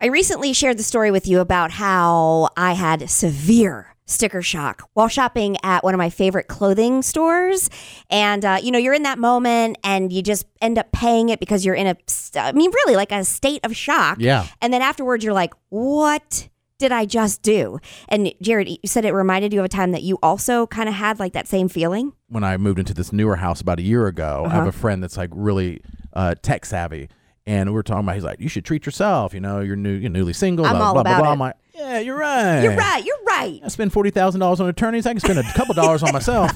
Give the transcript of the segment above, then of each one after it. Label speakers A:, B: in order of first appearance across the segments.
A: I recently shared the story with you about how I had severe sticker shock while shopping at one of my favorite clothing stores. And, uh, you know, you're in that moment and you just end up paying it because you're in a, I mean, really like a state of shock.
B: Yeah.
A: And then afterwards, you're like, what? Did I just do? And Jared, you said it reminded you of a time that you also kind of had like that same feeling.
B: when I moved into this newer house about a year ago, I
A: Uh-huh.
B: have a friend that's like really uh, tech savvy, and we were talking about he's like, you should treat yourself. You know, you're new, you're newly single.
A: I'm
B: blah,
A: all
B: blah,
A: about
B: blah, blah.
A: it.
B: I'm like, yeah, you're right.
A: You're right. You're right.
B: I spend forty thousand dollars on attorneys. I can spend a couple dollars on myself.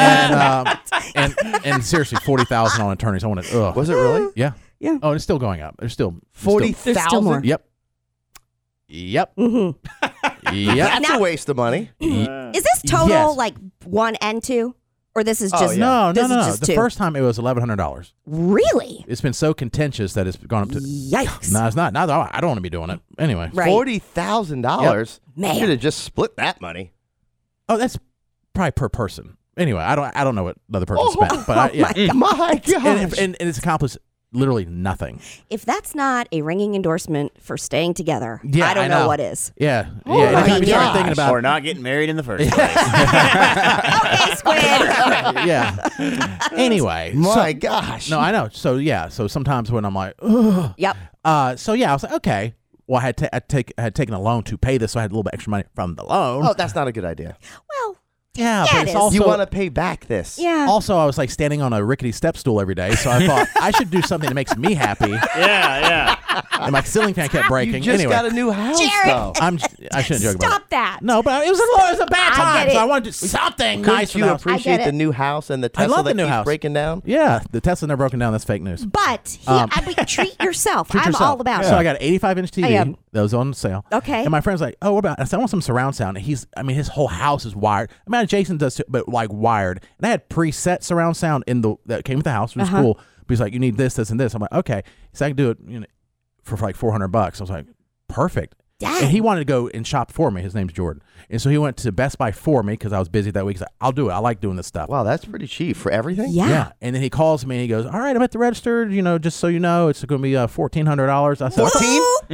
B: and, um, and and seriously, forty thousand on attorneys. I want to. Ugh.
C: Was it really?
B: Yeah.
A: Yeah.
B: Oh, and it's still going up. There's still
C: Forty
B: still-
A: There's still more.
C: thousand.
B: Yep. Yep.
A: Mm-hmm.
B: yep.
C: That's a waste of money.
A: Is this total
B: Yes.
A: like one and two, or this is
C: Oh,
A: just
C: yeah.
B: No,
A: This
B: no,
A: is
B: no. no.
A: just
B: The
A: two.
B: first time it was eleven hundred dollars.
A: really?
B: It's been so contentious that it's gone up to.
A: Yikes!
B: No, it's not. Not. I don't want to be doing it anyway.
A: Right.
C: Forty thousand dollars.
A: Man.
C: should have just split that money.
B: Oh, that's probably per person. Anyway, I don't. I don't know what another person
A: Oh,
B: spent, but I, yeah,
C: My God.
B: and, and, and it's accomplished literally nothing.
A: If that's not a ringing endorsement for staying together,
B: Yeah,
A: I don't
B: I
A: know.
B: know.
A: what is.
B: Yeah, yeah.
A: Oh my
B: Anytime you start
A: gosh.
B: thinking about
D: or not getting married in the first place.
A: Okay, Squid.
B: yeah. Anyway,
C: My gosh.
B: so, no, I know. So yeah, so sometimes when I'm like, Ugh.
A: yep.
B: uh, so yeah, I was like, okay. Well, I had ta- I take I had taken a loan to pay this, so I had a little bit extra money from the loan.
C: oh, that's not a good idea.
A: Well, yeah,
B: yeah, but
A: it
B: it's
A: is.
B: also
C: you want to pay back this?
A: yeah.
B: also Oh, I was like standing on a rickety step stool every day, so I thought I should do something that makes me happy.
D: yeah, yeah.
B: And my ceiling fan kept breaking.
C: You just
B: anyway,
C: got a new house,
A: Jared.
C: though.
B: I'm I shouldn't joke about it.
A: Stop that.
B: No, but it was a, it was a bad
A: I
B: time.
A: get
B: So I
A: it.
B: wanted to do something
C: Couldn't
B: nice for
C: you
B: the house.
A: I
C: appreciate
A: get
C: the
A: it.
C: new house and the
B: I
C: Tesla
B: love the
C: that
B: new
C: keeps
B: house.
C: breaking down?
B: Yeah, the Tesla never broken down. That's fake news.
A: But he,
B: Um,
A: I would treat yourself.
B: Treat
A: I'm
B: yourself.
A: all about
B: So I
A: it.
B: got an 85 inch
A: I am.
B: TV that was on sale.
A: Okay.
B: And my friend's like, "Oh, what about?" I said, "I want some surround sound." And he's, I mean, his whole house is wired. I mean, Jason does too, but like wired. And I had preset surround sound in the that came with the house, which
A: Uh-huh.
B: was cool. But he's like, "You need this, this, and this." I'm like, "Okay." So I can do it you know, for like 400 bucks. I was like, "Perfect."
A: Dang.
B: And he wanted to go and shop for me. His name's Jordan, and so he went to Best Buy for me because I was busy that week. He's like, "I'll do it. I like doing this stuff."
C: Wow, that's pretty cheap for everything.
A: yeah.
B: Yeah. And then he calls me and he goes, All right, I'm at the register. You know, just so you know, it's going to be uh, $1,400. I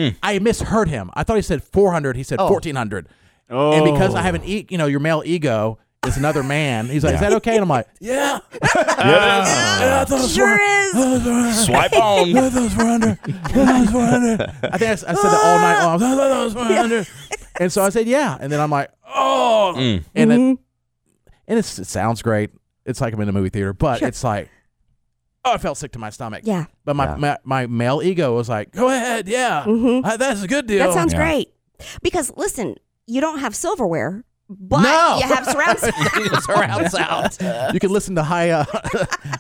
B: said, I misheard him. I thought he said 400. He said 1,400.
D: Oh.
B: And because I have an, e- you know, your male ego is another man, he's like, Is that okay? And I'm like, Yeah. yeah I thought it was
A: Sure
B: 400.
A: is.
D: Swipe on.
B: I thought it was 400. I thought it was 400. I think I, s- I said that all night long. I thought it was 400. And so I said, Yeah. And then I'm like, Oh. And,
A: Mm-hmm.
B: it, and it's, it sounds great. It's like I'm in a movie theater, but it's like, Oh, I felt sick to my stomach.
A: Yeah.
B: But my,
C: Yeah.
B: my my male ego was like, "Go ahead, yeah, Uh, that's a good deal."
A: Mm-hmm. That sounds
D: Yeah.
A: great. Because listen, you don't have silverware, but
B: No.
A: you have surround sound.
B: surround sound. You can listen to high uh,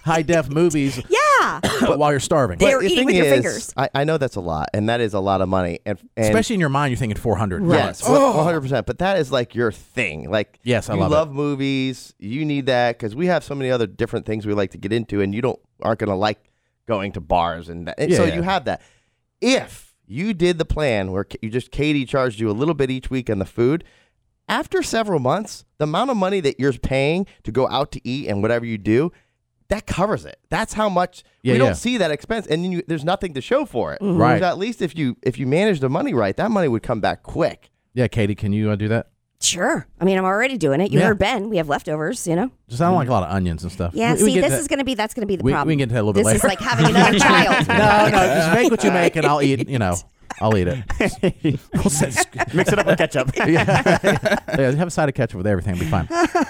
B: high def movies
A: yeah.
B: while you're starving,
A: They're eating with your fingers.
C: I, I know that's a lot, and that is a lot of money, and, and
B: especially in your mind. You're thinking 400.
C: yes,
B: Oh.
C: one hundred percent. But that is like your thing. Like
B: Yes, I
C: you
B: love it.
C: movies. You need that because we have so many other different things we like to get into, and you don't aren't going to like going to bars and that. And
B: Yeah,
C: so
B: yeah.
C: you have that. If you did the plan where K- you just Katie charged you a little bit each week on the food. After several months, the amount of money that you're paying to go out to eat and whatever you do, that covers it. That's how much
B: Yeah,
C: we
B: yeah.
C: don't see that expense, and then you, there's nothing to show for it.
B: Right.
C: Whereas At least if you if you manage the money right, that money would come back quick.
B: Yeah, Katie, can you uh, do that?
A: Sure. I mean, I'm already doing it. You
B: Yeah.
A: heard Ben. We have leftovers, you know?
B: Just I don't like a lot of onions and stuff.
A: Yeah.
B: We- we
A: see,
B: get
A: this
B: to
A: is going to be, that's going to be the
B: we- we
A: problem.
B: can get to that a little bit
A: this is
B: later.
A: like having another child.
B: that. No, no, just make what you make, and I'll eat. You know, I'll eat it. We'll say-
D: Mix it up with ketchup.
B: yeah, have a side of ketchup with everything. It'll Be fine.